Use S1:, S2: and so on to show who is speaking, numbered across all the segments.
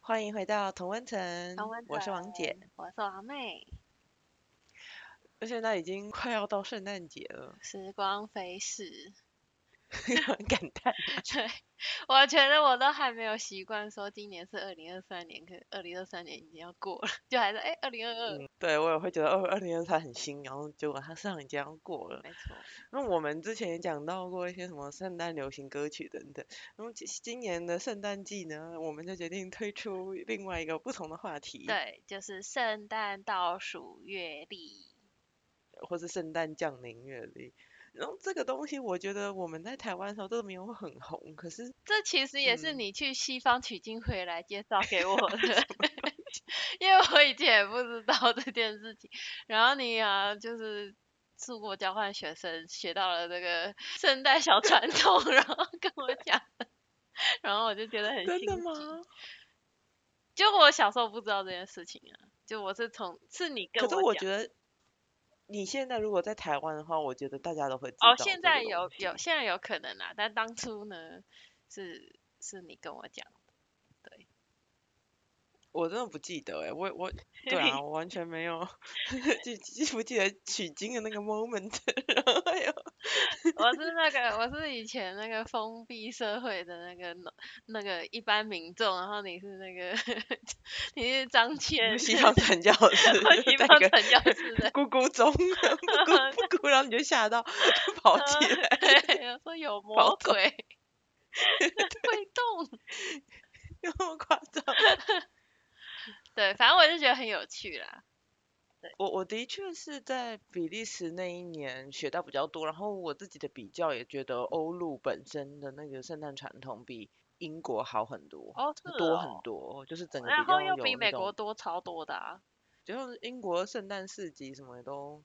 S1: 欢迎回到同温层，
S2: 同温
S1: 嗯我是王姐，
S2: 层，我是王妹。
S1: 而且那已经快要到圣诞节了，
S2: 时光飞逝，
S1: 很感叹。
S2: 对我觉得我都还没有习惯说今年是二零二三年，可二零二三年已经要过了， 就还是哎二零二二，
S1: 嗯，对我也会觉得二二零二三很新，然后结果它上一届要过了。
S2: 没错，
S1: 那我们之前也讲到过一些什么圣诞流行歌曲等等，那么今今年的圣诞季呢，我们就决定推出另外一个不同的话题，
S2: 对，就是圣诞倒数月历，
S1: 或是圣诞降临月历。然后这个东西，我觉得我们在台湾的时候都没有很红，可是
S2: 这其实也是
S1: 嗯
S2: 你去西方取经回来介绍 给我的， 因为我以前也不知道这件事情。然后你啊，就是出国交换学生学到了这个圣诞小传统，然后跟我讲，然后我就觉得很
S1: 真
S2: 新
S1: 的
S2: 奇
S1: 吗？
S2: 就我小时候不知道这件事情啊，就我是从是你跟
S1: 可是我
S2: 讲
S1: 觉得，你现在如果在台湾的话，我觉得大家都会知道
S2: 哦，
S1: 这
S2: 现
S1: 个
S2: 在
S1: 东
S2: 有
S1: 西
S2: 有现在有可能啦，但当初呢是是你跟我讲的，
S1: 我真的不记得哎、欸，我我对 啊，我完全没有 记记不记得取经的那个 moment，然 后还有
S2: 我是那个，我是以前那个封闭社会的那个农那个一般民众，然后你是那个 你是张倩，
S1: 西 方传教士，
S2: 我哦西
S1: 那
S2: 方
S1: 个，
S2: 传教士的
S1: 咕咕 钟，不咕不咕，然后你就吓到就跑起
S2: 嗯
S1: 来，
S2: 对，我说有魔
S1: 走
S2: 鬼 会动，
S1: 有那么夸张？
S2: 对，反正我就觉得很有趣啦，
S1: 我我的确是在比利时那一年学到比较多，然后我自己的比较也觉得欧陆本身的那个圣诞传统比英国好很多，
S2: 哦，是
S1: 多
S2: 哦
S1: 很多，就是整个
S2: 然
S1: 比较
S2: 后
S1: 有
S2: 又比
S1: 那
S2: 美
S1: 种
S2: 国多超多的啊，
S1: 就像英国圣诞市集什么的都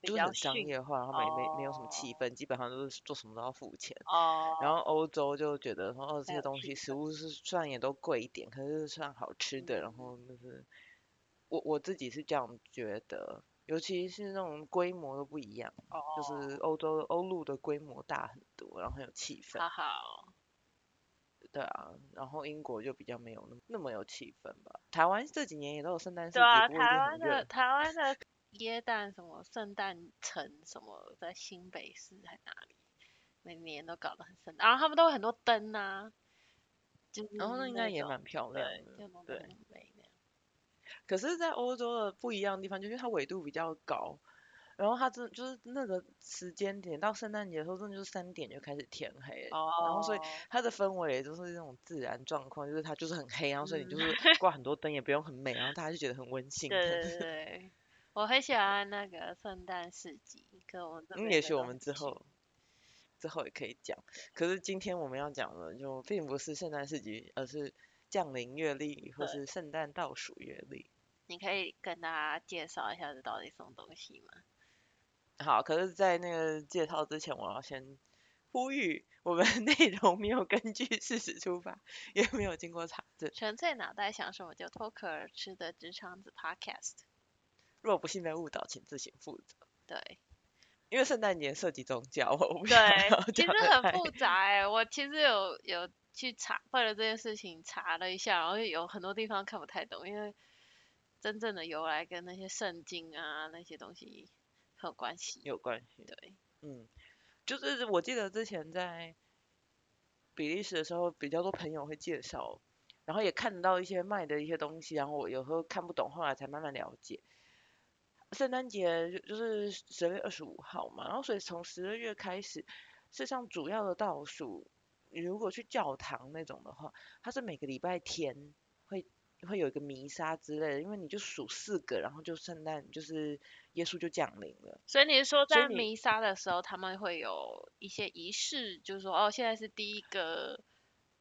S2: 比
S1: 就是
S2: 较
S1: 很商
S2: 逊
S1: 业化，然后没没没有什么气
S2: 哦
S1: 氛，基本上都是做什么都要付钱。
S2: 哦，
S1: 然后欧洲就觉得说，哦，这些
S2: 没有
S1: 东
S2: 气
S1: 西食
S2: 氛
S1: 物是虽然也都贵一点，可是算好吃的。然
S2: 嗯
S1: 后就是我我自己是这样觉得，尤其是那种规模都不一样，就
S2: 哦
S1: 是欧洲欧陆的规模大很多，然后很有气氛。
S2: 好好，
S1: 对啊，然后英国就比较没有那么那么有气氛吧。台湾这几年也都有圣诞市
S2: 对
S1: 集，
S2: 啊，
S1: 不过一
S2: 台
S1: 定很
S2: 湾的
S1: 热。
S2: 台湾的耶诞什么圣诞城什么，在新北市还哪里，每年都搞得很盛大，然后他们都有很多灯啊，就是
S1: 然后哦那应该也
S2: 种
S1: 蛮漂亮
S2: 对，
S1: 的
S2: 就。蛮
S1: 对，
S2: 美的。
S1: 可是，在欧洲的不一样的地方，就是它纬度比较高，然后它真的就是那个时间点到圣诞节的时候，真的就是三点就开始天黑了。
S2: 哦，
S1: 然后所以它的氛围也就是那种自然状况，就是它就是很黑，然后所以你就
S2: 嗯
S1: 是 挂很多灯，也不用很美，然后大家就觉得很温馨。
S2: 对对对对，我很喜欢那个圣诞市集，可我们这
S1: 嗯，
S2: 边
S1: 也
S2: 的
S1: 许我
S2: 都
S1: 们
S2: 很
S1: 之
S2: 逊
S1: 后之后也可以讲。可是今天我们要讲的就并不是圣诞市集，而是降临月历或
S2: 对
S1: 是圣诞倒数月历。
S2: 你可以跟大家介绍一下这到底什么东西吗？
S1: 好，可是，在那个介绍之前，我要先呼吁，我们 的内容没有根据事实出发，也没有经过查证。
S2: 纯粹脑袋想什么就脱壳而吃的直肠子 Podcast。
S1: 若不幸被误导，请自行负责。
S2: 对
S1: 因为圣诞节涉及宗教，我不想要
S2: 对，其
S1: 讲
S2: 实
S1: 得
S2: 很
S1: 太
S2: 复杂哎、我其实有有去查，为了这件事情查了一下，然后有很多地方看不太懂，因为真正的由来跟那些圣经啊那些东西很有关系。
S1: 有关系。
S2: 对，
S1: 嗯，就是我记得之前在比利时的时候，比较多朋友会介绍，然后也看到一些卖的一些东西，然后我有时候看不懂，后来才慢慢了解。圣诞节就就是十二月二十五号嘛，然后所以从十二月开始，事实上主要的倒数，你如果去教堂那种的话，它是每个礼拜天会会有一个弥撒之类的，因为你就数四个，然后就圣诞就是耶稣就降临了。
S2: 所以你是说
S1: 所以
S2: 在
S1: 你
S2: 弥撒的时候，他们会有一些仪式，就是说哦，现在是第一个，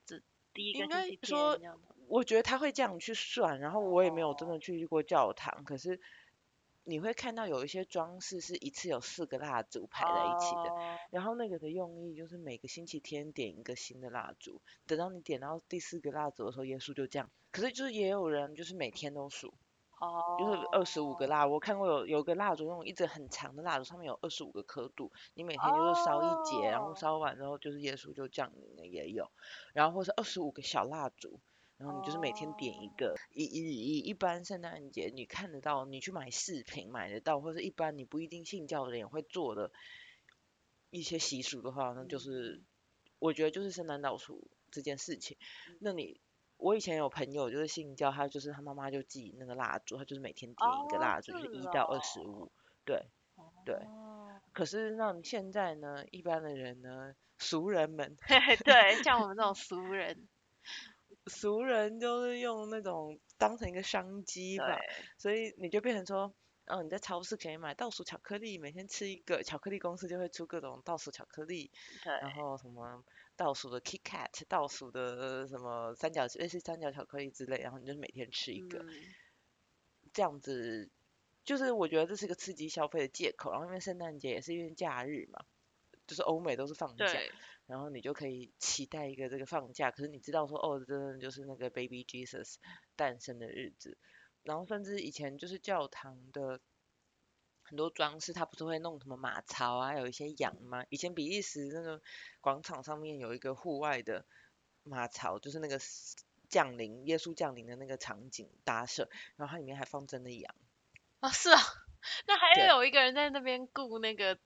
S2: 这第一个
S1: 应
S2: 星
S1: 该
S2: 期
S1: 说
S2: 天这样吗
S1: 我觉得他会这样去算，然后我也没有真的去过教堂，可是你会看到有一些装饰是一次有四个蜡烛排在一起的，
S2: 哦
S1: 然后那个的用意就是每个星期天点一个新的蜡烛，等到你点到第四个蜡烛的时候，耶稣就这样。可是就是也有人就是每天都数，
S2: 哦，
S1: 就是二十五个蜡，我看过有有个蜡烛那种一直很长的蜡烛，上面有二十五个刻度，你每天就是烧一节，然后
S2: 哦
S1: 烧完之后就是耶稣就降临了也有，然后或是二十五个小蜡烛，然后你就是每天点一
S2: 哦
S1: 个。以以以一般圣诞节你看得到，你去买饰品买得到，或者一般你不一定信教的人也会做的一些习俗的话，那
S2: 嗯
S1: 就是、我觉得就是圣诞倒数这件事情。那你我以前有朋友就是信教，他就是他妈妈就寄那个蜡烛，他就是每天点一个
S2: 哦
S1: 蜡烛，就是
S2: 是
S1: 一到
S2: 哦
S1: 二十五，对。对
S2: 哦
S1: 可是那你现在呢，一般的人呢，俗人们，
S2: 对， 像我们这种俗人，
S1: 俗人就是用那种当成一个商机吧，
S2: 对，
S1: 所以你就变成说，嗯、你在超市可以买倒数巧克力，每天吃一个，巧克力公司就会出各种倒数巧克力，然
S2: 对，
S1: 后什么倒数的 Kit Kat，倒数的什么三角类似三角巧克力之类，然后你就是每天吃一个，
S2: 嗯
S1: 这样子，就是我觉得这是个刺激消费的借口。然后因为圣诞节也是因为假日嘛，就是欧美都是放假，
S2: 对，
S1: 然后你就可以期待一个这个放假，可是你知道说，哦，真的就是那个 Baby Jesus 诞生的日子，然后甚至以前就是教堂的很多装饰，它不是会弄什么马槽啊，有一些羊吗？以前比利时那个广场上面有一个户外的马槽，就是那个 s- 降临耶稣降临的那个场景搭设，然后它里面还放真的羊，
S2: 哦， 是啊，那还
S1: 对
S2: 要有一个人在那边雇那个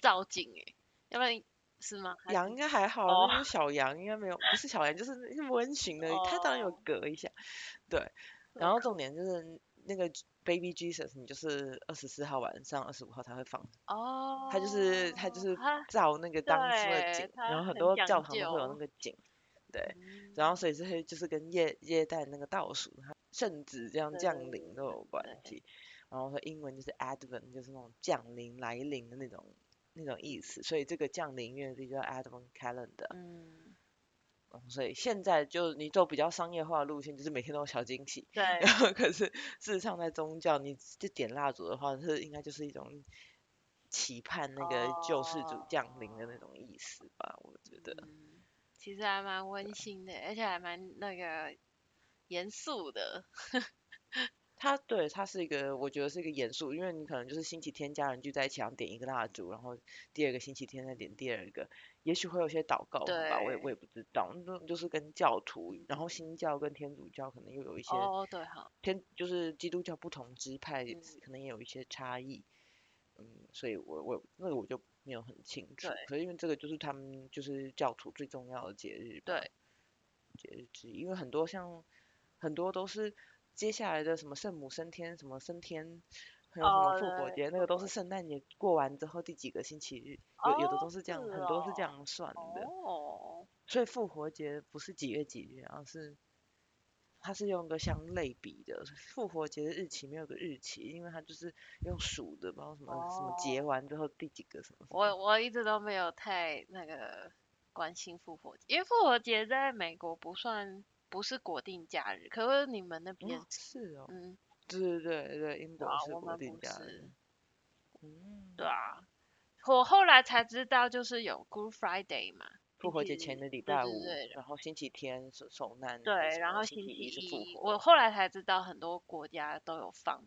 S2: 造景哎，要不然是吗？还
S1: 羊应
S2: 是
S1: 该还好，
S2: 哦
S1: 那就是小羊应该没有，不是小羊，就是那个温驯的，它当然有
S2: 哦
S1: 隔一下，对。然后重点就是那个 Baby Jesus，你就是二十四号晚上、二十五号才会放，
S2: 哦，啊
S1: 它就是它就是
S2: 他
S1: 照那个当初的
S2: 对
S1: 景，
S2: 它
S1: 然后很
S2: 很
S1: 多
S2: 讲
S1: 教堂都会有那
S2: 究嗯
S1: 个景，对。然后所以这些就是跟耶耶诞那个倒数，它圣子这样
S2: 对
S1: 降临都有关
S2: 对
S1: 系。然后说英文就是 Advent，就是那种降临、来临的那种那种意思，所以这个降临月历叫 Advent Calendar。
S2: 嗯，
S1: 所以现在就你走比较商业化的路线，就是每天都有小惊喜。
S2: 对，
S1: 然后可是事实上，在宗教，你就点蜡烛的话，是应该就是一种期盼那个救世主降临的那种意思吧？我觉得，
S2: 嗯，其实还蛮温馨的，而且还蛮那个严肃的，
S1: 它对它是一个，我觉得是一个严肃，因为你可能就是星期天家人聚在一起，然后点一个蜡烛，然后第二个星期天再点第二个，也许会有些祷告文吧，我也我也不知道，那就是跟教徒，然后新教跟天主教可能又有一些
S2: 哦，对哈，
S1: 天就是基督教不同支派也
S2: 嗯
S1: 是可能也有一些差异，嗯，所以我我那个我就没有很清楚
S2: 对，
S1: 可是因为这个就是他们就是教徒最重要的节日吧，
S2: 对，
S1: 节日之一，因为很多像很多都是接下来的什么圣母升天，什么升天，还有什么
S2: 哦
S1: 复活
S2: 对
S1: 节，那个都是圣诞节过完之后第几个星期日，有有的
S2: 哦
S1: 都是这样，
S2: 是
S1: 很多是这
S2: 哦
S1: 样算的，
S2: 哦，
S1: 所以复活节不是几月几日，而是它是用个相类比的。复活节的日期没有个日期，因为它就是用数的，不知道什么、什么节完之后第几个什么什哦么。
S2: 哦我我一直都没有太那个关心复活节，因为复活节在美国不算不是国定假日，可是你们那边
S1: 哦，是哦，
S2: 嗯，
S1: 对对对对，英国
S2: 啊
S1: 是
S2: 我
S1: 国
S2: 们
S1: 定
S2: 不
S1: 假
S2: 是
S1: 日。嗯，
S2: 对啊，我后来才知道就是有 Good Friday 嘛，
S1: 复
S2: 星
S1: 活节
S2: 期
S1: 前
S2: 日
S1: 的礼
S2: 对
S1: 拜
S2: 对
S1: 五
S2: 对，
S1: 然后星期天是受难日什么，
S2: 对，然后
S1: 星期
S2: 期
S1: 一是复
S2: 一，
S1: 活。
S2: 我后来才知道很多国家都有放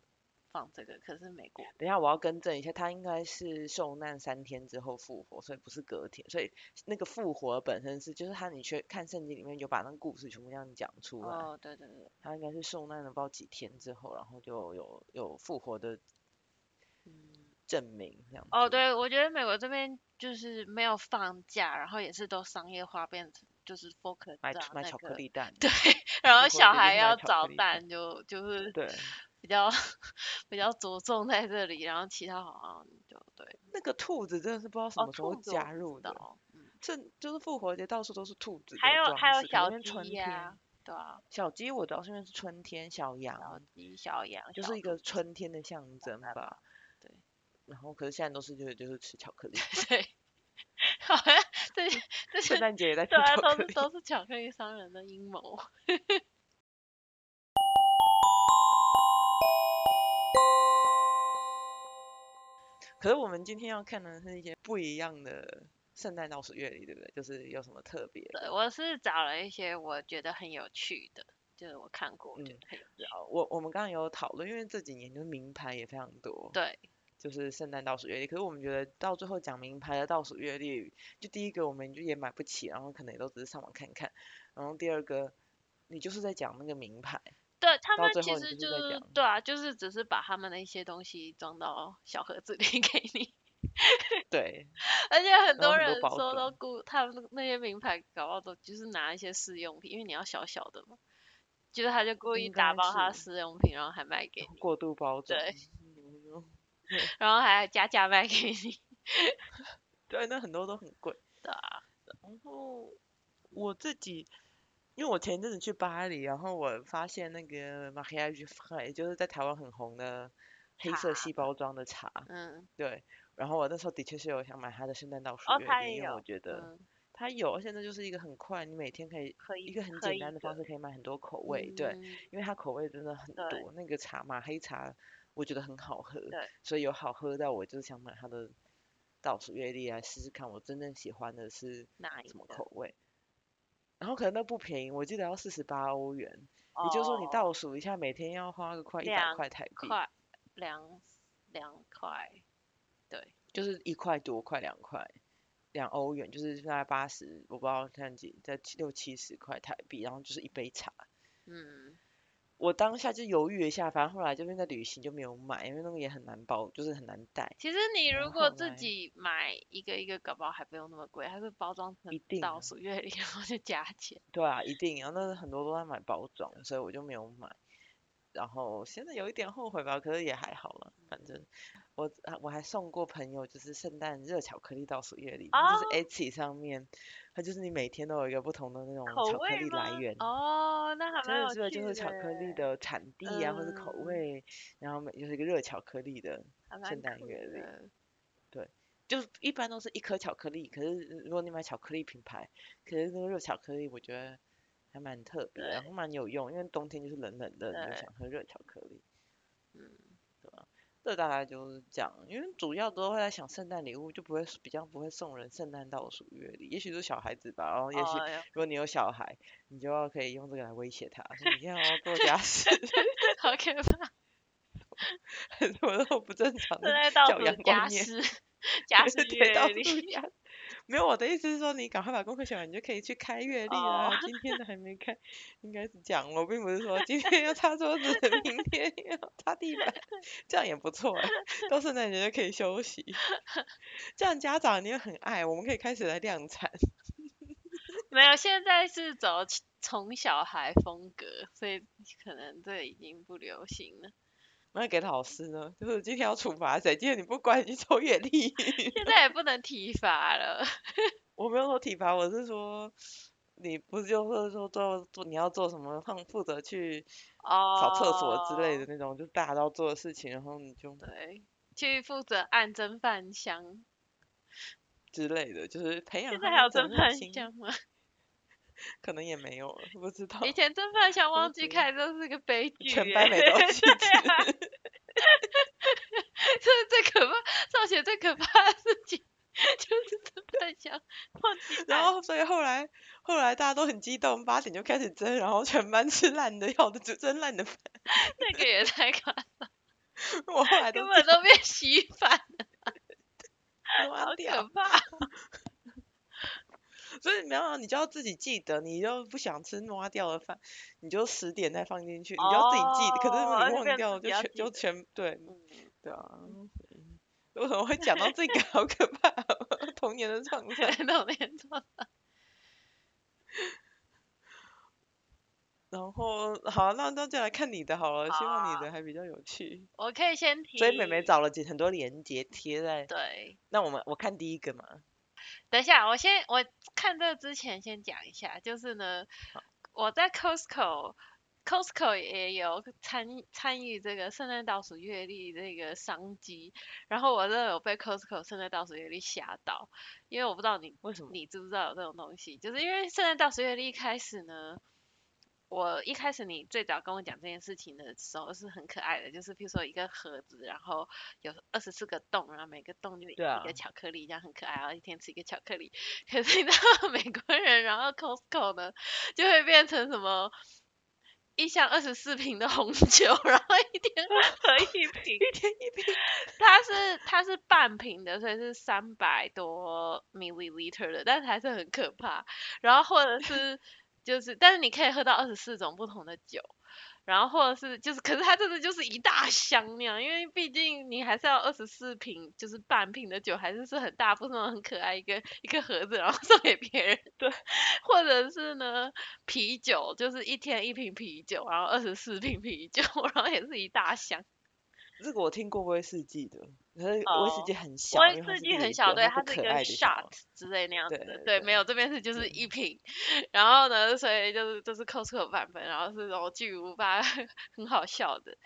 S2: 放这个，可是美国
S1: 等一下，我要更正一下，它应该是受难三天之后复活，所以不是隔天。所以那个复活本身是，就是他你去看圣经里面有把那个故事全部这样讲出来，
S2: 哦，对对对，
S1: 他应该是受难了不知道几天之后，然后就有有复活的
S2: 嗯，
S1: 证明这样。
S2: 哦，，对，我觉得美国这边就是没有放假，然后也是都商业化变成就是 focus
S1: 买
S2: 到
S1: 买
S2: 那
S1: 巧克
S2: 个，
S1: 力蛋，
S2: 对，然后
S1: 复活
S2: 小
S1: 节就
S2: 孩
S1: 卖
S2: 要
S1: 巧克
S2: 找
S1: 力
S2: 蛋就就是
S1: 对，
S2: 比较比较着重在这里，然后其他好像就对，
S1: 那个兔子真的是不知道什
S2: 哦，
S1: 么时候
S2: 兔子我
S1: 加
S2: 不知
S1: 入的，
S2: 道，嗯，
S1: 这就是复活节到处都是兔子的
S2: 还有
S1: 装
S2: 还有
S1: 饰可能
S2: 小
S1: 因为春
S2: 鸡
S1: 天
S2: 呀，对啊，
S1: 小鸡我知道是因为是春天，小
S2: 小
S1: 羊
S2: 鸡、小羊，
S1: 就
S2: 小
S1: 是一
S2: 兔
S1: 个春天的象征
S2: 蛋
S1: 吧。
S2: 对。
S1: 然后，可是现在都是就是就是吃巧克力，
S2: 对，好像这些这
S1: 圣
S2: 些
S1: 诞节也在吃
S2: 对啊，
S1: 巧
S2: 都
S1: 克
S2: 是
S1: 力。
S2: 都是巧克力商人的阴谋。
S1: 可是我们今天要看的是一些不一样的圣诞倒数乐历，对不对？就是有什么特别的？
S2: 对，我是找了一些我觉得很有趣的，就是我看过，我觉
S1: 嗯
S2: 得很有趣。
S1: 好我我们刚刚有讨论，因为这几年就是名牌也非常多，
S2: 对，
S1: 就是圣诞倒数乐历。可是我们觉得到最后讲名牌的倒数乐历，就第一个我们就也买不起，然后可能也都只是上网看看，然后第二个你就是在讲那个名牌，
S2: 对他
S1: 到
S2: 们
S1: 最
S2: 其
S1: 后你
S2: 实
S1: 就是
S2: 就
S1: 在
S2: 是
S1: 讲
S2: 对啊，就是只是把他们的一些东西装到小盒子里给你，
S1: 对，
S2: 而且
S1: 然
S2: 很
S1: 后
S2: 多
S1: 很多
S2: 人
S1: 包
S2: 说都
S1: 装
S2: 故他们那些名牌搞不好都就是拿一些试用品，因为你要小小的嘛，就是他就故意
S1: 应
S2: 打
S1: 该
S2: 包他的
S1: 是
S2: 试用品，然后还卖给你，
S1: 过度包装。
S2: 对
S1: 嗯
S2: 然后还加价卖给你。
S1: 对，那很多都很贵。
S2: 对啊
S1: 然后我自己，因为我前一阵子去巴黎，然后我发现那个 Maria f 也就是在台湾很红的黑色
S2: 茶
S1: 细包装的茶，
S2: 嗯
S1: 对。然后我那时候的确是有想买它的圣诞倒数
S2: 哦
S1: 月
S2: 它
S1: 饼，
S2: 也
S1: 因为我
S2: 有
S1: 觉得
S2: 嗯，
S1: 它有，而且那就是一个很快，你每天可以
S2: 可以
S1: 一个很
S2: 可
S1: 简
S2: 以
S1: 单的方式可以买很多口味，对。
S2: 嗯
S1: 因为它口味真的很
S2: 对
S1: 多，那个茶马黑茶我觉得很好喝
S2: 对，
S1: 所以有好喝到我就是想买它的倒数月历来啊试试看，我真正喜欢的是
S2: 哪一
S1: 什么
S2: 个？
S1: 口味。然后可能那不便宜，我记得要四十八欧元，也就是说你
S2: 哦
S1: 倒数一下，每天要花个快一百
S2: 两
S1: 块台币，
S2: 块两两块，
S1: 就是一块多，快两块，两欧元就是大概八十，我不知道看几，在七六七十块台币，然后就是一杯茶。
S2: 嗯
S1: 我当下就犹豫了一下，反正后来就是在旅行就没有买，因为那个也很难包，就是很难带。
S2: 其实你
S1: 然
S2: 如果
S1: 后
S2: 自
S1: 来
S2: 己买一个一个，搞不好还不用那么贵，它是包装成
S1: 一定
S2: 倒
S1: 啊
S2: 数月 历，然后就加钱。
S1: 对啊，一定。然后那很多都在买包装，所以我就没有买。然后现在有一点后悔吧，可是也还好了，反正我啊我还送过朋友，就是圣诞热巧克力倒数月历，就是
S2: 哦
S1: Etsy 上面，它就是你每天都有一个不同的那种
S2: 口
S1: 哦巧克
S2: 味
S1: 力来
S2: 吗
S1: 源，
S2: 哦，那还
S1: 真的
S2: 蛮有
S1: 是
S2: 趣
S1: 就是巧克力
S2: 耶，
S1: 的产地啊，或是口
S2: 嗯
S1: 味，然后每就是一个热巧克力的，
S2: 还
S1: 圣
S2: 蛮
S1: 诞
S2: 酷
S1: 月历
S2: 的。
S1: 就是一般都是一颗巧克力，可是如果你买巧克力品牌，可是那个热巧克力我觉得还蛮特别，然后蛮有用，因为冬天就是冷冷的，你
S2: 对
S1: 就想喝热巧克力。
S2: 嗯，
S1: 这大概就是这样，因为主要都会在想圣诞礼物，就不会比较不会送人圣诞倒数月历，也许是小孩子吧，然后也许
S2: 哦哟，
S1: 如果你有小孩，你就要可以用这个来威胁他，说你看我要做家事，
S2: 好可怕！
S1: 什么都不正常
S2: 正
S1: 的
S2: 在倒
S1: 教
S2: 数
S1: 养观
S2: 家
S1: 念
S2: 事，家事
S1: 对
S2: 月
S1: 对，到
S2: 历。
S1: 处压。没有，我的意思是说，你赶快把功课写完，你就可以去开阅历啦。今天的还没开，应该是这样。我并不是说今天要擦桌子，明天要擦地板，这样也不错哎、到圣诞节就可以休息，这样家长你也很爱。我们可以开始来量产，
S2: 没有，现在是走起宠小孩风格，所以可能这已经不流行了。
S1: 那给老师呢，就是今天要处罚谁，今天你不乖，你去抽阅历。
S2: 现在也不能体罚了。
S1: 我没有说体罚，我是说。你不就是说做做你要做什么，放负责去
S2: 哦，
S1: 扫厕所之类的。那种，就大家都要做的事情，然后你就
S2: 哦对，去负责按蒸饭箱。
S1: 之类的，就是培养
S2: 现
S1: 他
S2: 在还有
S1: 们责
S2: 蒸
S1: 任
S2: 饭
S1: 心，
S2: 箱吗？
S1: 可能也没有了，不知道。
S2: 以前蒸饭 箱
S1: 我
S2: 忘
S1: 就觉
S2: 记
S1: 得
S2: 开，这是个悲剧、欸。
S1: 全班没东西吃，
S2: 啊 这是最可怕，上学最可怕的事情就是蒸饭箱忘记
S1: 然
S2: 按
S1: 后所以后来后来大家都很激动，八点就开始蒸，然后全班吃烂的，要的就蒸烂的 饭。
S2: 那个也太可怕，
S1: 我后来都
S2: 根本都变 稀饭，
S1: 挖
S2: 好
S1: 掉
S2: 可，怕。
S1: 所以没有你就要自己记得，你就不想吃挖掉的饭，你就十点再放进去，你就要自己记得。可是如果
S2: 哦
S1: 你
S2: 就变
S1: 忘掉了，
S2: 自己
S1: 就
S2: 要
S1: 全
S2: 记
S1: 就
S2: 得
S1: 全对
S2: 嗯
S1: 对啊。为什么会讲到这个？好可怕哦、童年的创伤。
S2: 那种连装
S1: 然后好，啊那那就来看你的好啊了，希望你
S2: 好
S1: 的还比较有趣。
S2: 我可以先提。
S1: 所以美美找了几很多连接贴在，
S2: 对，
S1: 那我们我看第一个嘛，
S2: 等一下，我先我看这之前先讲一下，就是呢，我在 Costco。Costco 也有参参与这个圣诞倒数月历这个商机，然后我真的有被 Costco 圣诞倒数月历吓到，因为我不知道你
S1: 为什么？
S2: 你知不知道有这种东西？就是因为圣诞倒数月历一开始呢，我一开始你最早跟我讲这件事情的时候是很可爱的，就是譬如说一个盒子，然后有二十四个洞，然后每个洞就一
S1: 对啊
S2: 个巧克力，这样很可爱，然后一天吃一个巧克力。 可是你知道美国人，然后 Costco 呢就会变成什么？一箱二十四瓶的红酒，然后一天 喝一瓶，
S1: 一天一瓶，
S2: 它是它是半瓶的，所以是三百多 milliliter 的，但是还是很可怕。然后或者是 就是，但是你可以喝到二十四种不同的酒，然后或者是就是，可是它真的就是一大箱那样，因为毕竟你还是要二十四瓶，就是半瓶的酒，还是是很大，不是那种很可爱一个一个盒子，然后送 给别人。
S1: 对，
S2: 或者是呢啤酒，就是一天一瓶啤酒，然后二十四瓶啤酒， 然后也是一大箱。
S1: 这个我听过威士忌的，可是威士
S2: 哦
S1: 忌很小，因
S2: 威
S1: 为它
S2: 士
S1: 是
S2: 忌
S1: 一
S2: 很
S1: 个
S2: 小，对，
S1: 它
S2: 它
S1: 不
S2: 是一
S1: 可
S2: 个
S1: 爱的小
S2: shot 之类那样子
S1: 对
S2: 的，
S1: 对嗯
S2: 对，没有，这边是就是
S1: 对
S2: 一瓶，然后呢，所以就是就是 Costco 版本，然后是然后巨无霸， 很好笑的，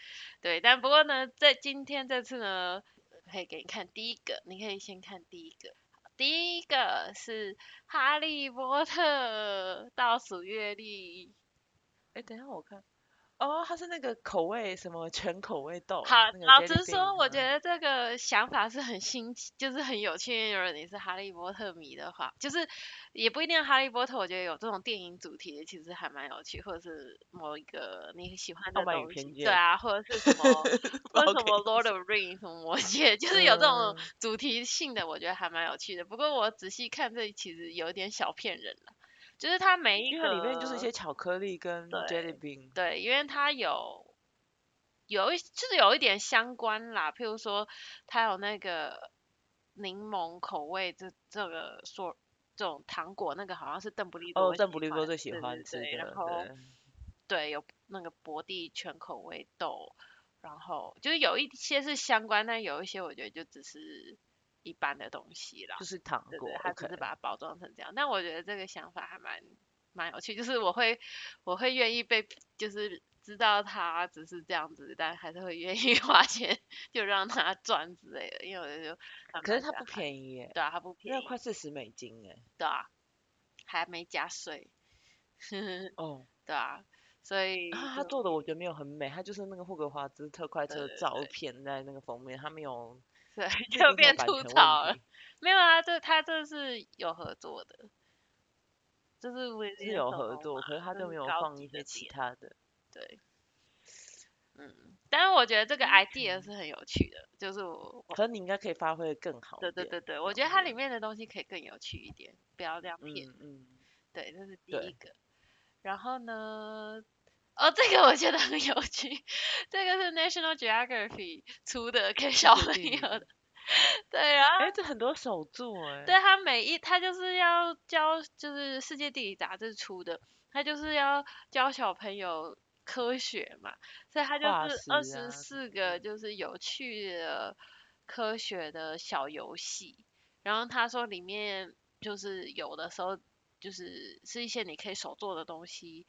S2: 对，但不过呢，在今天这次呢，可以给你看第一个，你可以先看第一个，第一个是《哈利波特》倒数月历，
S1: 哎，等一下我看，哦，它是那个口味什么全口味豆，
S2: 好，
S1: 哦那个
S2: 老
S1: jelly
S2: 实说，
S1: bean
S2: 我
S1: 吗
S2: 觉得这个想法是很新奇，就是很有趣。因为如果你是哈利波特迷的话，就是也不一定哈利波特，我觉得有这种电影主题的其实还蛮有趣，或者是某一个你喜欢的
S1: 傲慢与
S2: 东
S1: 偏
S2: 西，对
S1: 见
S2: 啊，或者是什么
S1: 不
S2: 或
S1: 知
S2: 者
S1: 道可
S2: 什么
S1: 以
S2: Lord of Ring 什么魔 戒，就是有这
S1: 嗯
S2: 种主题性的，我觉得还蛮有趣的。不过我仔细看，这其实有点小骗人了，就是它每一
S1: 因为
S2: 个
S1: 它里面就是一些巧克力跟
S2: 对
S1: jelly bean，
S2: 对，因为它有有一就是有一点相关啦，譬如说它有那个柠檬口味这这个说这种糖果，那个好像是邓布利多
S1: 哦，
S2: 会
S1: 邓
S2: 喜
S1: 布利多
S2: 欢
S1: 最喜
S2: 对
S1: 欢
S2: 对
S1: 吃
S2: 对，然
S1: 的，
S2: 后
S1: 对，
S2: 对有那个伯蒂全口味豆，然后就是有一些是相关，但有一些我觉得就只是一般的东西啦。
S1: 就是糖
S2: 对
S1: 果
S2: 对，他只
S1: ，OK，
S2: 是把它包装成这样。但我觉得这个想法还蛮蛮有趣，就是我会我会愿意被，就是知道他只是这样子，但还是会愿意 花钱就让他赚之类的，因为我觉得就还
S1: 可是
S2: 蛮
S1: 它
S2: 想
S1: 不便宜耶，
S2: 对啊，它不便
S1: 那
S2: 宜
S1: 快四十美金哎，
S2: 对啊，还没加税，
S1: 哦，
S2: 对啊，所以
S1: 啊，它
S2: 就
S1: 做的我觉得没有很美，它就是那个霍格华兹特快
S2: 对
S1: 车
S2: 对
S1: 的照片在那个封面，它没有，
S2: 所以
S1: 这一定
S2: 就
S1: 是有
S2: 变
S1: 版
S2: 吐
S1: 权
S2: 槽
S1: 问
S2: 了
S1: 题，。
S2: 没有啊，这他这是有合作的，就是威
S1: 是
S2: 廉
S1: 有
S2: 手
S1: 合
S2: 工
S1: 作，
S2: 嘛，
S1: 可是它
S2: 这
S1: 就是没有
S2: 高
S1: 放
S2: 级
S1: 一
S2: 的
S1: 些其
S2: 店。
S1: 他的，
S2: 对，嗯，但是我觉得这个 idea
S1: 嗯
S2: 是很有趣的，就是我，我
S1: 可是你应该可以发挥的更好
S2: 对
S1: 一
S2: 对
S1: 点，
S2: 对对，
S1: 这
S2: 我
S1: 样
S2: 觉得它
S1: 子，
S2: 里面的东西可以更有趣一点，不要这样骗。
S1: 嗯 嗯，
S2: 对，这是第一
S1: 对，
S2: 个。然后呢，哦，这个我觉得很有趣，这个是 National Geography 出的给小
S1: 是
S2: 朋
S1: 第
S2: 友
S1: 一。
S2: 的， 对，然后。
S1: 哎，这很多手作哎，
S2: 啊对他每一他就是要教，就是世界地理杂志出的，他就是要教小朋友科学嘛，所以他就
S1: 化
S2: 是二
S1: 石
S2: 十
S1: 啊什
S2: 四
S1: 么
S2: 个
S1: 的，
S2: 就是有趣的科学的小游戏，然后他说里面就是有的时候就是是一些你可以手做的东西。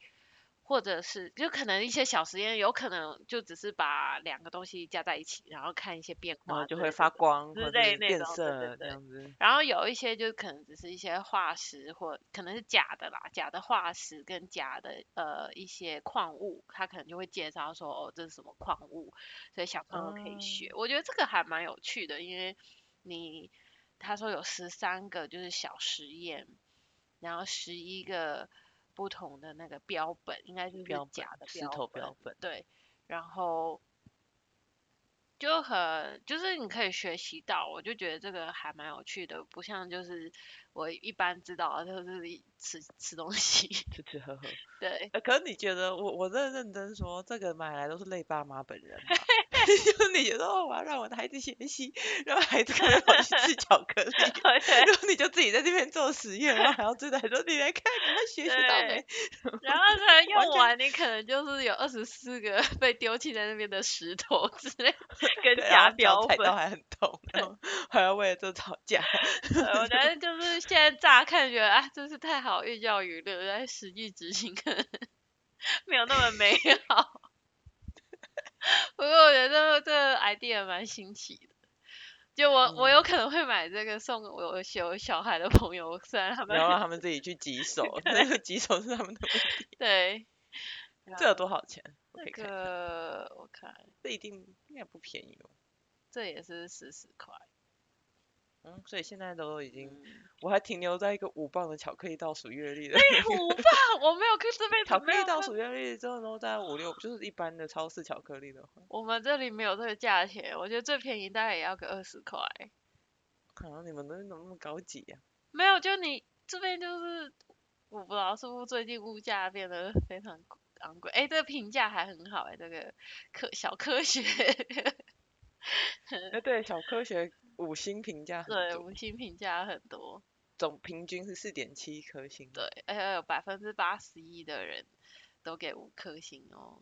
S2: 或者是就可能一些小实验，有可能就只是把两个东西加在一起，然后看一些变
S1: 然后
S2: 化
S1: 就
S2: 之
S1: 会
S2: 类
S1: 发
S2: 的
S1: 光
S2: 之
S1: 或者
S2: 类
S1: 是
S2: 那
S1: 变
S2: 种，对对
S1: 色这
S2: 对。
S1: 样子，
S2: 然后有一些就可能只是一些化石或可能是假的啦，假的化石跟假的呃一些矿物，它可能就会介绍说哦这是什么矿物，所以小朋友可以学。
S1: 嗯，
S2: 我觉得这个还蛮有趣的，因为你他说有十三个就是小实验，然后十一个不同的那个标本，应该就是
S1: 标本，
S2: 假的
S1: 石
S2: 标
S1: 头
S2: 本，
S1: 标本，
S2: 对，然后。就很，就是你可以学习到，我就觉得这个还蛮有趣的，不像就是我一般知道的就是一吃吃东西，
S1: 吃吃喝喝。
S2: 对，
S1: 呃，可是你觉得我我在认真说，这个买来都是累爸妈本人 吧？ 就是你觉得哦，我要让我的孩子学习，让孩子赶快跑去吃巧克 力，
S2: 对
S1: 然后你就自己在这边做实验，然后还要追着还说你来看，赶快学习到
S2: 对，
S1: 没？
S2: 然后可能
S1: 完
S2: 用
S1: 全
S2: 完你可能就是有二十四个被丢弃在那边的石头之类，啊跟
S1: 对，然
S2: 假
S1: 后脚
S2: 标
S1: 踩
S2: 本，
S1: 到还很痛，然后还要为了这吵 架。
S2: 对我觉得呃就是现在乍看觉得啊，真是太好寓教于乐，但实际执行可能 没有那么 美好。不过我觉得这个这个 idea 蛮新奇的。就我我有
S1: 嗯，
S2: 可能会买这个送我有有小孩的朋友，虽然他们
S1: 然后让他们自己去棘手，但是棘手是他们的问题。
S2: 对
S1: 这有多少钱？我
S2: 啊这
S1: 可以看一下，
S2: 个我看
S1: 这一定应该不便宜哦。
S2: 这也是四十块，
S1: 嗯，所以现在都已经，
S2: 嗯，
S1: 我还停留在一个五磅的巧克力倒数月历的
S2: 五磅我没有看这辈
S1: 巧
S2: 子
S1: 克
S2: 没
S1: 力
S2: 有
S1: 倒
S2: 看，
S1: 数月历之后都大概五六，就是一般的超市巧克力的话，
S2: 我们这里没有这个价钱，我觉得最便宜大概也要个二十块，
S1: 可能你们那边怎么那么高级呀、啊
S2: 没有就你这边就是我不知道是不是最近物价变得非常昂贵。哎、这个评价还很好哎、这个科小科学
S1: 哎，对，小科学五星评价很
S2: 嗯对
S1: 多，
S2: 五星评价很多，
S1: 总平均是四点七颗星。
S2: 对，而且有百分之八十一的人都给五颗星哦，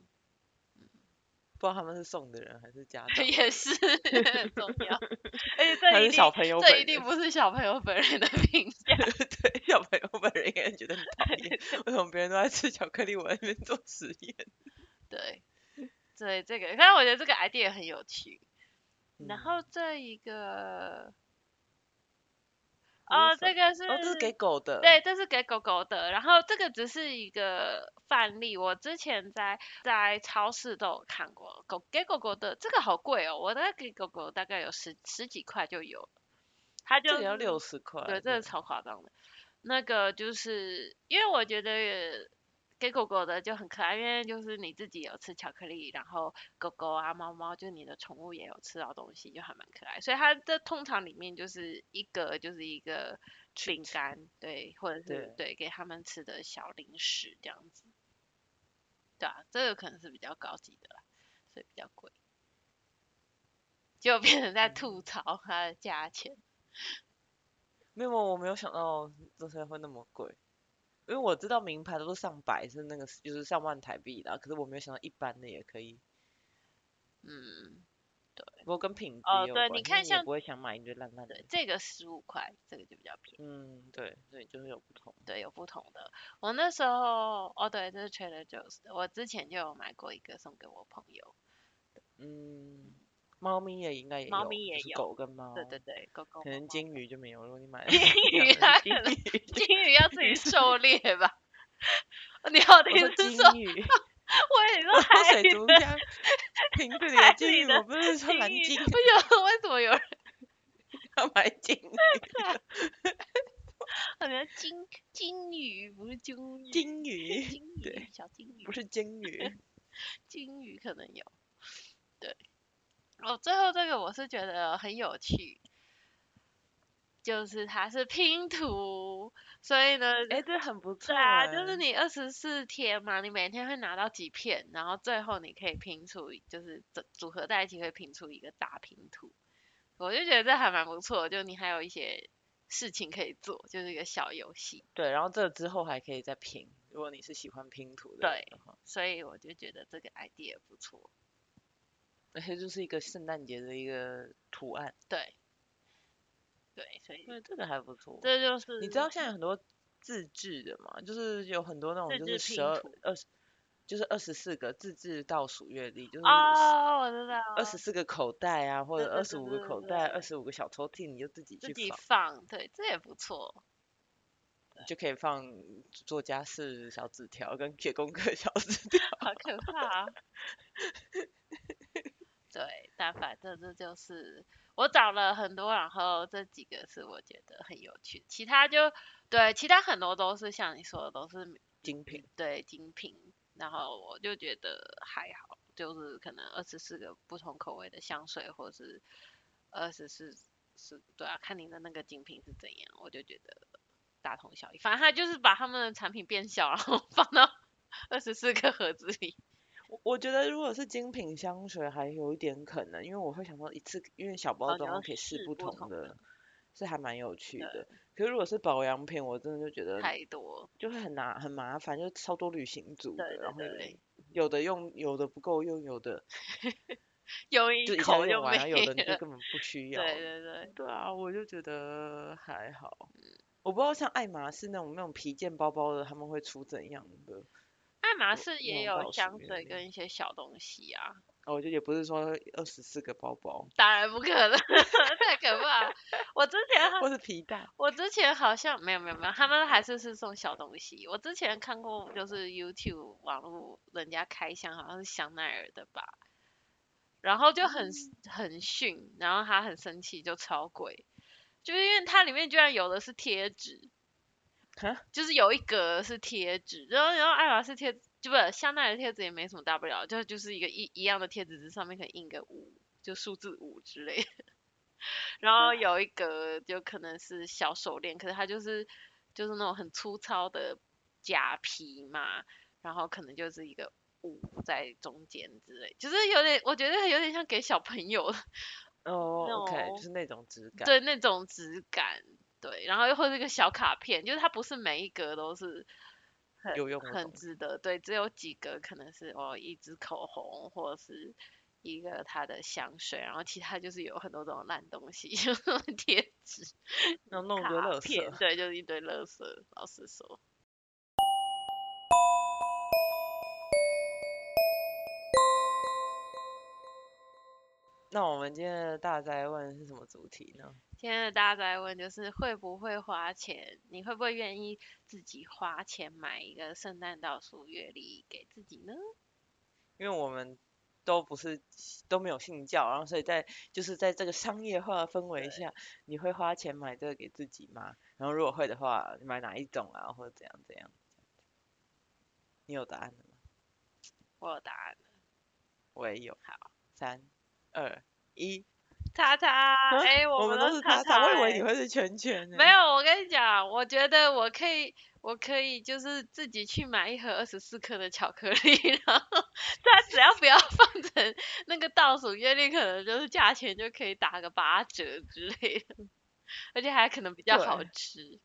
S1: 不知道他们是送的人还是家长，
S2: 也是很重要。而且
S1: 还
S2: 这一
S1: 是
S2: 定
S1: 小朋友本
S2: 这一
S1: 人
S2: 定。不是小朋友本人的评价，
S1: 对，小朋友本人应该觉得很讨 厌，为什么别人都在吃巧克力，我在那边做实验？
S2: 对，对这个，但是我觉得这个 idea 很有趣。然后
S1: 嗯
S2: 这一个，
S1: 这是
S2: 哦，
S1: 什
S2: 这个是
S1: 哦，这是给狗的，
S2: 对，这是给狗狗的。然后这个只是一个范例，我之前在在超市都有看过狗给狗狗的，这个好贵哦，我大概给狗狗大概有十十几块就有了，它就
S1: 这个要
S2: 是
S1: 六十块，
S2: 对，这个超夸张的。那个就是因为我觉得给狗狗的就很可爱，因为就是你自己有吃巧克力，然后狗狗啊、猫猫，就你的宠物也有吃到东西，就还蛮可爱。所以它这通常里面就是一个就是一个饼干，对，或者是对给他们吃的小零食这样子。对啊，这个可能是比较高级的啦，所以比较贵。就变成在
S1: 嗯
S2: 吐槽它的价钱，
S1: 没有，我没有想到这些会那么贵，因为我知道名牌都是上百，是那个就是上万台币啊啦，可是我没有想到一般的也可以，
S2: 嗯。
S1: 不过跟品质
S2: 哦
S1: 也有
S2: 对
S1: 关，
S2: 你
S1: 因为
S2: 看
S1: 你也
S2: 像
S1: 不会想买一堆烂烂的
S2: 对，，这个十五块，这个就比较便宜，
S1: 嗯，对，所以就是有不同，
S2: 对，有不同的。我那时候，哦，对，这是 Trader Joe's 的，我之前就有买过一个送给我朋友，
S1: 嗯，猫咪也应该也有，
S2: 猫咪也
S1: 就是
S2: 有
S1: 狗跟猫，
S2: 对对对，狗狗
S1: 哦可
S2: 猫
S1: 能
S2: 猫
S1: 金鱼就没有，如果你买了
S2: 金
S1: 两
S2: 鱼
S1: 只
S2: 啊，
S1: 金
S2: 可能
S1: 鱼，
S2: 金鱼要自己狩猎吧。 你好，
S1: 我
S2: 听
S1: 说
S2: 是说，
S1: 金鱼，
S2: 我也是
S1: 我说
S2: 海
S1: 水
S2: 里
S1: 族
S2: 的
S1: 箱瓶子里
S2: 海
S1: 的金
S2: 里
S1: 鱼，
S2: 的
S1: 我不是说蓝
S2: 金鱼
S1: 鲸
S2: 不有为什么有人
S1: 要买金鱼，
S2: 好像金金鱼不是金鱼，
S1: 金鱼
S2: 金鱼
S1: 对
S2: 小金鱼
S1: 不是金 鱼。
S2: 金鱼可能有，对。哦，最后这个我是觉得很有趣，就是它是拼图，所以呢，
S1: 哎、这很不错、
S2: 对
S1: 啊，
S2: 啊，就是你二十四天嘛，你每天会拿到几片，然后最后你可以拼出，就是组组合在一起会拼出一个大拼图。我就觉得这还蛮不错，就你还有一些事情可以做，就是一个小游戏，
S1: 对，然后这之后还可以再拼，如果你是喜欢拼图的人
S2: 对
S1: 的话，
S2: 所以我就觉得这个 idea 不错。
S1: 而且就是一个圣诞节的一个图案，
S2: 对，对，所以
S1: 对，这个还不错。
S2: 这就是
S1: 你知道现在有很多自制的嘛，就是有很多那种
S2: 自
S1: 就
S2: 制
S1: 是
S2: 拼
S1: 十二
S2: 图
S1: 二十，就是二十四个自制倒数月历，就是
S2: 哦，我知道，
S1: 二十四个口袋啊，或
S2: 对
S1: 者
S2: 对
S1: 二十
S2: 对
S1: 五
S2: 对
S1: 个口
S2: 对
S1: 袋，二十五个小抽屉，你就自己
S2: 自
S1: 去
S2: 己
S1: 放，
S2: 放，对，这也不错，
S1: 就可以放做家事小纸条跟写功课小纸条。
S2: 好可怕、 啊。对，但反正这就是我找了很多，然后这几个是我觉得很有趣，其他就对，其他很多都是像你说的都是
S1: 精品，
S2: 对精品，然后我就觉得还好，就是可能二十四个不同口味的香水，或是二十四是，对啊，看你的那个精品是怎样，我就觉得大同小异。反正他就是把他们的产品变小，然后放到 二十四个盒子里。
S1: 我我觉得如果是精品香水还有一点可能，因为我会想说一次，因为小
S2: 哦
S1: 包
S2: 你要
S1: 装可以试
S2: 试
S1: 不
S2: 不同
S1: 同
S2: 的
S1: 的，是还蛮有趣
S2: 对
S1: 的。可是如果是保养品，我真的就觉得
S2: 太多，
S1: 就会很难很麻烦，就超多旅行组
S2: 对
S1: 的，
S2: 对
S1: 然后有
S2: 对
S1: 有的用，有的不够用，有的
S2: 有
S1: 就
S2: 一
S1: 一下
S2: 口
S1: 用
S2: 就
S1: 完，
S2: 没
S1: 然后有的你就
S2: 了。
S1: 根本不需要。
S2: 对嗯对对，
S1: 对啊，我就觉得还好。我不知道像爱马仕那种那种皮件包包的，他们会出怎样的？
S2: 爱马
S1: 我
S2: 仕
S1: 那
S2: 也
S1: 种倒
S2: 有
S1: 数
S2: 香
S1: 月
S2: 水
S1: 历
S2: 跟一些小东西啊。
S1: 哦，我就也不是说二十四个包包，
S2: 当然不可能， 太可怕了！我之前好
S1: 或是皮带。
S2: 我之前好像没有没有没有，他们还是是送小东西。我之前看过，就是 YouTube 网络人家开箱，好像是香奈儿的吧，然后就很、很逊，然后他很生气，就超贵，就是因为它里面居然有的是贴纸，
S1: 哈，
S2: 就是有一格是贴纸，然后然后爱马仕贴就不是香奈儿贴纸也没什么大不了，就就是一个一一样的贴纸，只是上面可以印个五，就数字五之类的。然后有一格就可能是小手链，可是它就是就是那种很粗糙的假皮嘛，然后可能就是一个五在中间之类，就是有点，我觉得有点像给小朋友的
S1: 哦、o k
S2: 种
S1: 就是那种质感。
S2: 对那种质感，对，然后又或者一个小卡片，就是它不是每一格都是很
S1: 有用的
S2: 很
S1: 东
S2: 值得，对，只有几格可能是哦一支口红或者是一个它的香水，然后其他就是有很多这种烂东西， 就是贴纸、
S1: 然后弄一堆
S2: 卡
S1: 垃
S2: 片，
S1: 圾。
S2: 对，就是一堆垃圾，老实说。
S1: 那我们今天的大灾问是什么主题呢？
S2: 现在大家在问，就是会不会花钱？你会不会愿意自己花钱买一个圣诞倒数月历给自己呢？
S1: 因为我们都不是都没有信教，然后所以在就是在这个商业化的氛围下，你会花钱买这个给自己吗？然后如果会的话，你买哪一种啊，或者怎样怎样？你有答案了吗？
S2: 我有答案。
S1: 我也有。好，三二一，
S2: 叉叉，哎、
S1: 啊我
S2: 们
S1: 们都
S2: 是
S1: 是叉
S2: 叉、
S1: 叉，我以为你
S2: 欸
S1: 会是圈圈呢。
S2: 没有，我跟你讲，我觉得我可以，我可以就是自己去买一盒二十四克的巧克力， 然后它只要不要放成那个倒数月历，可能就是价钱就可以打个八折之类的，而且还可能比较好
S1: 对
S2: 吃。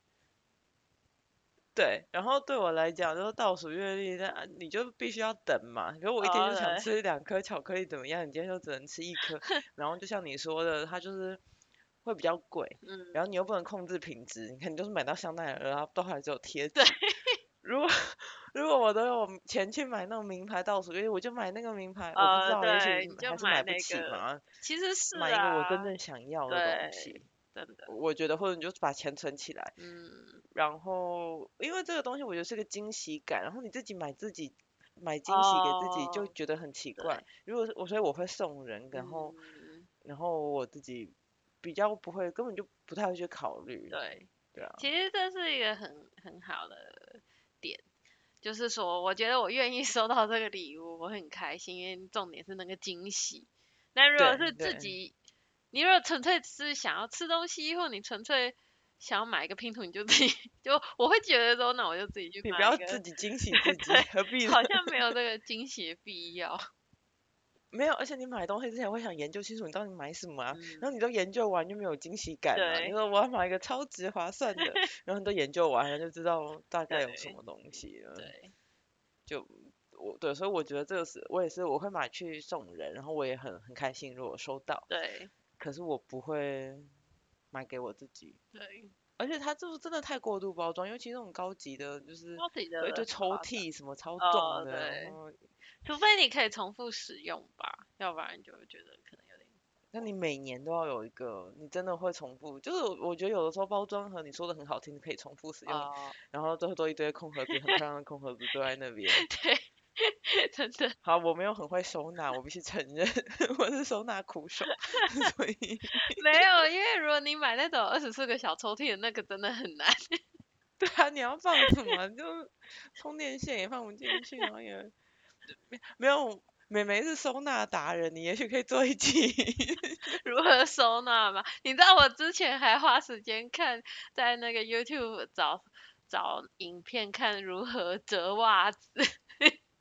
S1: 对，然后对我来讲，就是倒数月历，那你就必须要等嘛。比如我一天
S2: 哦
S1: 就想
S2: 对
S1: 吃两颗巧克力，怎么样？你今天就只能吃一 颗。然后就像你说的，它就是会比较贵，
S2: 嗯，
S1: 然后你又不能控制品质。你看，你就是买到香奈儿，然后都还只有贴纸。如果 如果我都有钱去买那种名牌倒数月历，我就买那个名牌。我不知
S2: 呃
S1: 道，也
S2: 对
S1: 许
S2: 你就
S1: 还是
S2: 买
S1: 买不
S2: 那
S1: 起
S2: 个
S1: 嘛，
S2: 其实是
S1: 买一个我真
S2: 啊
S1: 正想要的
S2: 对
S1: 东西。
S2: 真的，
S1: 我觉得，或者你就把钱存起来。
S2: 嗯，
S1: 然后因为这个东西我觉得是个惊喜感，然后你自己买自己买惊喜给自己就
S2: 哦
S1: 觉得很奇
S2: 对
S1: 怪。如果是我，所以我会送人，然后、
S2: 嗯
S1: 然后我自己比较不会，根本就不太会去考虑。
S2: 对。
S1: 对啊，
S2: 其实这是一个很很好的点，就是说，我觉得我愿意收到这个礼物，我很开心，因为重点是那个惊喜。那如果
S1: 对
S2: 是自
S1: 对
S2: 己，你如果纯粹是想要吃东西，或你纯粹想要买一个拼图，你就自己 就我会觉得说，那我就自己去
S1: 你
S2: 买
S1: 不要
S2: 一个
S1: 自己惊 喜自己，啊何必呢
S2: 好？像没有这个惊喜的必要。
S1: 没有，而且你买东西之前会想研究清楚你到底买什么啊。
S2: 嗯
S1: 然后你都研究完就没有惊喜感了。
S2: 对
S1: 你说我要买一个超值划算的，然后你都研究完了就知道大概有什
S2: 对
S1: 么东西了。
S2: 对，
S1: 就我对，所以我觉得这个是我也是我会买去送人，然后我也很很开心，如果收到，
S2: 对，
S1: 可是我不会买给我自己，
S2: 对，
S1: 而且它就是真的太过度包装，尤其那种高级的，就是
S2: 超级
S1: 有
S2: 的
S1: 一堆抽
S2: 夸张，
S1: 屉什么超
S2: 哦
S1: 重的，
S2: 对
S1: 然后
S2: 除非你可以重复使用吧，要不然就会觉得可能有点。
S1: 那你每年都要有一个，你真的会重复，就是我我觉得有的时候包装盒你说的很好听，可以重复使用，
S2: 哦，
S1: 然后最后都一堆空盒子，很漂亮的空盒子堆在那 边。
S2: 对，真的，
S1: 好，我没有很会收纳，我必须承认 我是收纳苦手， 所以。
S2: 没有，因为如果你买那种二十四个小抽屉的那个，真的很难。
S1: 对啊，你要放什么？就充电线也放不进去，然后也没没有。美眉是收纳达人，你也许可以做一集。
S2: 如何收纳吗？你知道我之前还花时间看在那个 YouTube 找找影片，看如何折袜子，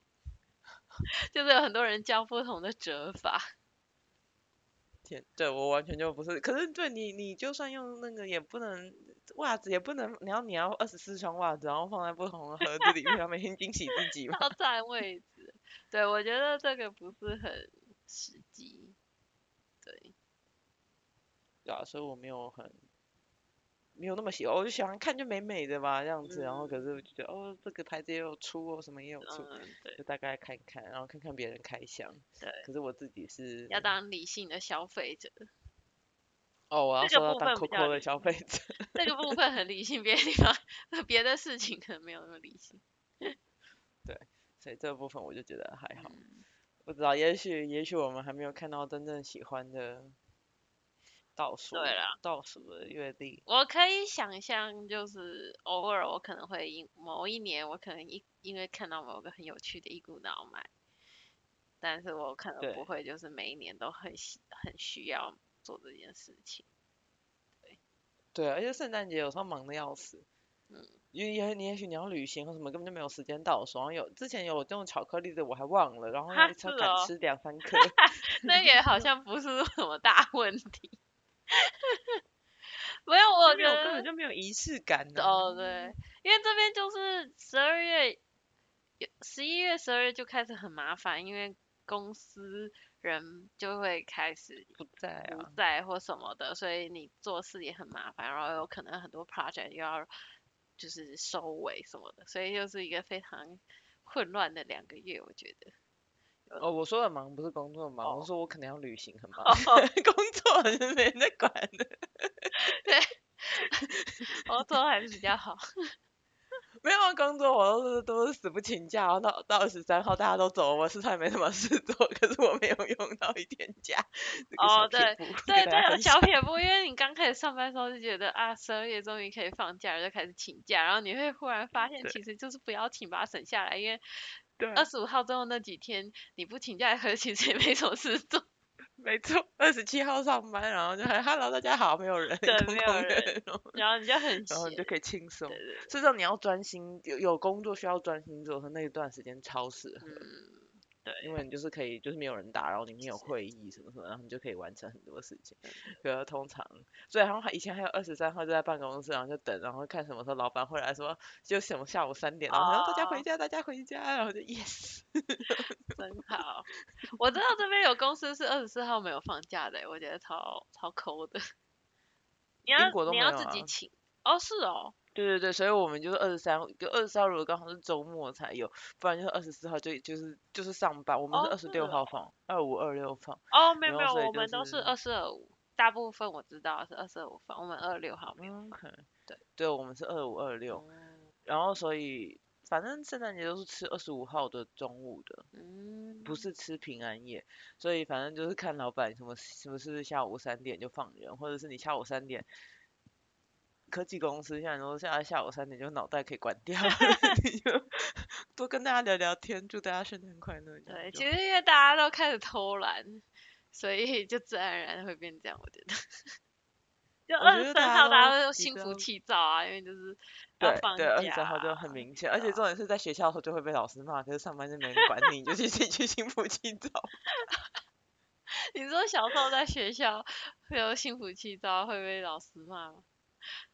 S2: 就是有很多人教不同的折法。
S1: 天，对我完全就不是。可是对你，你就算用那个也不能，袜子也不能。你要你要二十四双袜子，然后放在不同的盒子里面，然后每天惊喜自己嘛。
S2: 到站位置。对，我觉得这个不是很实际。对，
S1: 对啊，所以我没有很没有那么喜欢，我就喜欢看就美美的吧这样子。然后可是我就觉得哦，这个牌子也有出哦，什么也有出，
S2: 嗯，对，
S1: 就大概看看，然后看看别人开箱。
S2: 对
S1: 可是我自己是
S2: 要当理性的消费者，
S1: 哦，我要
S2: 这
S1: 说
S2: 个
S1: 到
S2: 部
S1: 当
S2: 分比较
S1: Coco 的
S2: 理
S1: 消费者，
S2: 这个部分很理性，别的地方 别的事情可能没有那么理性。
S1: 所以这部分我就觉得还
S2: 嗯
S1: 好。不知道，也许也许我们还没有看到真正喜欢的倒数
S2: 对啦
S1: 倒数的月历。
S2: 我可以想象，就是偶尔我可能会因某一年，我可能因因为看到某个很有趣的一股脑买，但是我可能
S1: 对
S2: 不会就是每一年都很喜很需要做 这件事情。
S1: 对，而且圣诞节有时候忙的要死。
S2: 嗯
S1: 因也你也许你要旅行或什么，根本就没有时间到手。然后有之前有这种巧克力的，我还忘了，然后
S2: 哈
S1: 一次
S2: 是
S1: 敢
S2: 哦
S1: 吃两三 颗。
S2: 那也好像不是什么大问题。没有，我
S1: 就没
S2: 觉
S1: 有 根
S2: 得
S1: 本就没有嗯仪式感呢、
S2: 哦，对，因为这边就是十二月、十一月、十二月就开始很麻烦，因为公司人就会开始
S1: 不在
S2: 不
S1: 啊，
S2: 在或什么的，所以你做事也很麻烦，然后有可能很多 project 又要就是收尾什么的，所以就是一个非常混乱的两个月，我觉得。
S1: 哦，我说的忙不是工作忙，我
S2: 哦
S1: 说我可能要旅行很忙，
S2: 哦，
S1: 工作是没人在管的。 哦
S2: 欧洲还是比较好。
S1: 没有啊工作，我都是都是死不请假，然后到到二十三号大家都走了，我身上没什么事做，可是我没有用到一天假。 这个小
S2: 哦
S1: 撇步跟
S2: 对，
S1: 大
S2: 这
S1: 家
S2: 种
S1: 分
S2: 小
S1: 享
S2: 撇步，因为你刚开始上班的时候就觉得啊，十二月终于可以放假了，就开始请假，然后你会忽然发现，
S1: 对嗯
S2: 其实就是不要请，把它省下来，因为
S1: 对
S2: 二十五号之后那几天你不请假， 可是其实也没什么事 做。
S1: 没错，二十七号上班，然后就喊 “hello，大家好”，没有人，
S2: 对
S1: 空
S2: 没有
S1: 空的
S2: 人，
S1: 然后
S2: 然后你就很
S1: 然后你就
S2: 闲，
S1: 可以轻松
S2: 对。对
S1: 事实上，你要专心，有有工作需要专心做的时候，那一段时间超适合，
S2: 嗯，
S1: 因为你就是可以，就是没有人打扰你，没有会议什么什么，然后你就可以完成很多事
S2: 嗯
S1: 情。可是通常，所以然后还以前还有二十三号就在办公室，然后就等，然后看什么时候老板会来说，就什么下午三点，然后说大家回
S2: 哦
S1: 家，大家回家，然后就 yes。
S2: 真好。我知道这边有公司是二十四号没有放假的，欸我觉得超超抠的。你要
S1: 英国都
S2: 你
S1: 没
S2: 要
S1: 有
S2: 自己
S1: 啊
S2: 请哦，是哦，
S1: 对对对，所以我们就是二十三，就二十三如果刚好是周末才有，不然就是二十四号就就是就是上班，我们是
S2: 哦
S1: 二十六
S2: 是
S1: 号放，二五二六放，
S2: 哦，没有
S1: 然
S2: 没
S1: 后
S2: 有，
S1: 所以
S2: 我
S1: 就
S2: 们都是
S1: 是
S2: 二四二五，大部分我知道是二四二五放，我们二六号没有。
S1: 嗯，可能
S2: 对
S1: 对，我们是二五二六，然后所以反正圣诞节都是吃二十五号的中午的，
S2: 嗯，
S1: 不是吃平安夜，所以反正就是看老板什么什么是下午三点就放人，或者是你下午三点，科技公司现在都下下午三点就脑袋可以关掉， 你就多跟大家聊聊天，祝大家圣诞快乐。这样
S2: 对，
S1: 就
S2: 其实因为大家都开始偷懒，所以就自然而然会变这样，我觉得。 就
S1: 我
S2: 二
S1: 觉得
S2: 十三
S1: 大家
S2: 号大
S1: 都
S2: 家都
S1: 比
S2: 心浮
S1: 较
S2: 气躁啊，因为就是要
S1: 对
S2: 放
S1: 对，二十三号就
S2: 假
S1: 很明显，而且
S2: 对啊
S1: 重点是在学校的时候就会被老师骂，可是上班就没人管你，你就去自己去心浮气 躁。
S2: 你说小时候在学校会有心浮气躁，会被老师骂吗？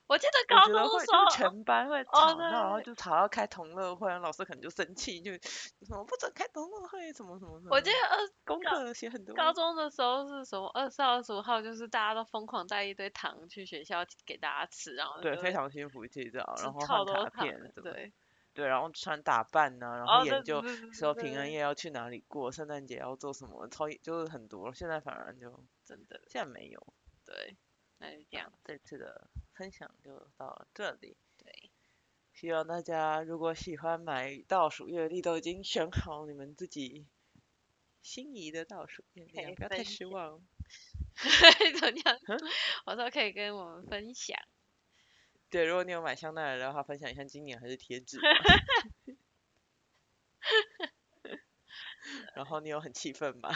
S2: 我记得
S1: 我
S2: 高
S1: 觉
S2: 中
S1: 得
S2: 的
S1: 会
S2: 时
S1: 就是
S2: 候，哦
S1: 全班会吵闹，
S2: 对
S1: 然后就吵到开同乐会，然后老师可能就生气，就什么不准开同乐会，什么什么什么。
S2: 我记得二
S1: 功
S2: 高
S1: 课写很多。
S2: 高中的时候是什么二十号、二十五号，就是大家都疯狂带一堆糖去学校给大家吃，然后
S1: 对，
S2: 就
S1: 非常心浮气躁，
S2: 吃
S1: 然后换
S2: 超多
S1: 卡
S2: 糖
S1: 片
S2: 的，
S1: 什么，
S2: 对，
S1: 对，然后穿打扮呢、然
S2: 哦
S1: 后
S2: 对
S1: 研究
S2: 对对对
S1: 说
S2: 对
S1: 平安
S2: 对
S1: 夜要去哪里过，圣诞节要做什么，超就是很多。现在反而就
S2: 真的
S1: 现在没有。
S2: 对，那就 这样，
S1: 这次的分享就到这里。
S2: 对，
S1: 希望大家如果喜欢买倒数月历，都已经选好你们自己心仪的倒数月
S2: 可
S1: 历啊，
S2: 以
S1: 不要太
S2: 分
S1: 失望。
S2: 怎么样
S1: 嗯？
S2: 我说可以跟我们分享，
S1: 对，如果你有买香奈儿的话，分享一下今年还是贴纸吧。 然后你有很气愤 吗？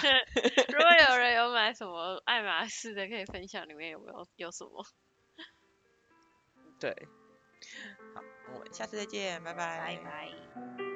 S2: 如果有人有买什么爱马仕的，可以分享里面有没有有什么，
S1: 对，好，我们下次再见，拜拜
S2: 拜拜。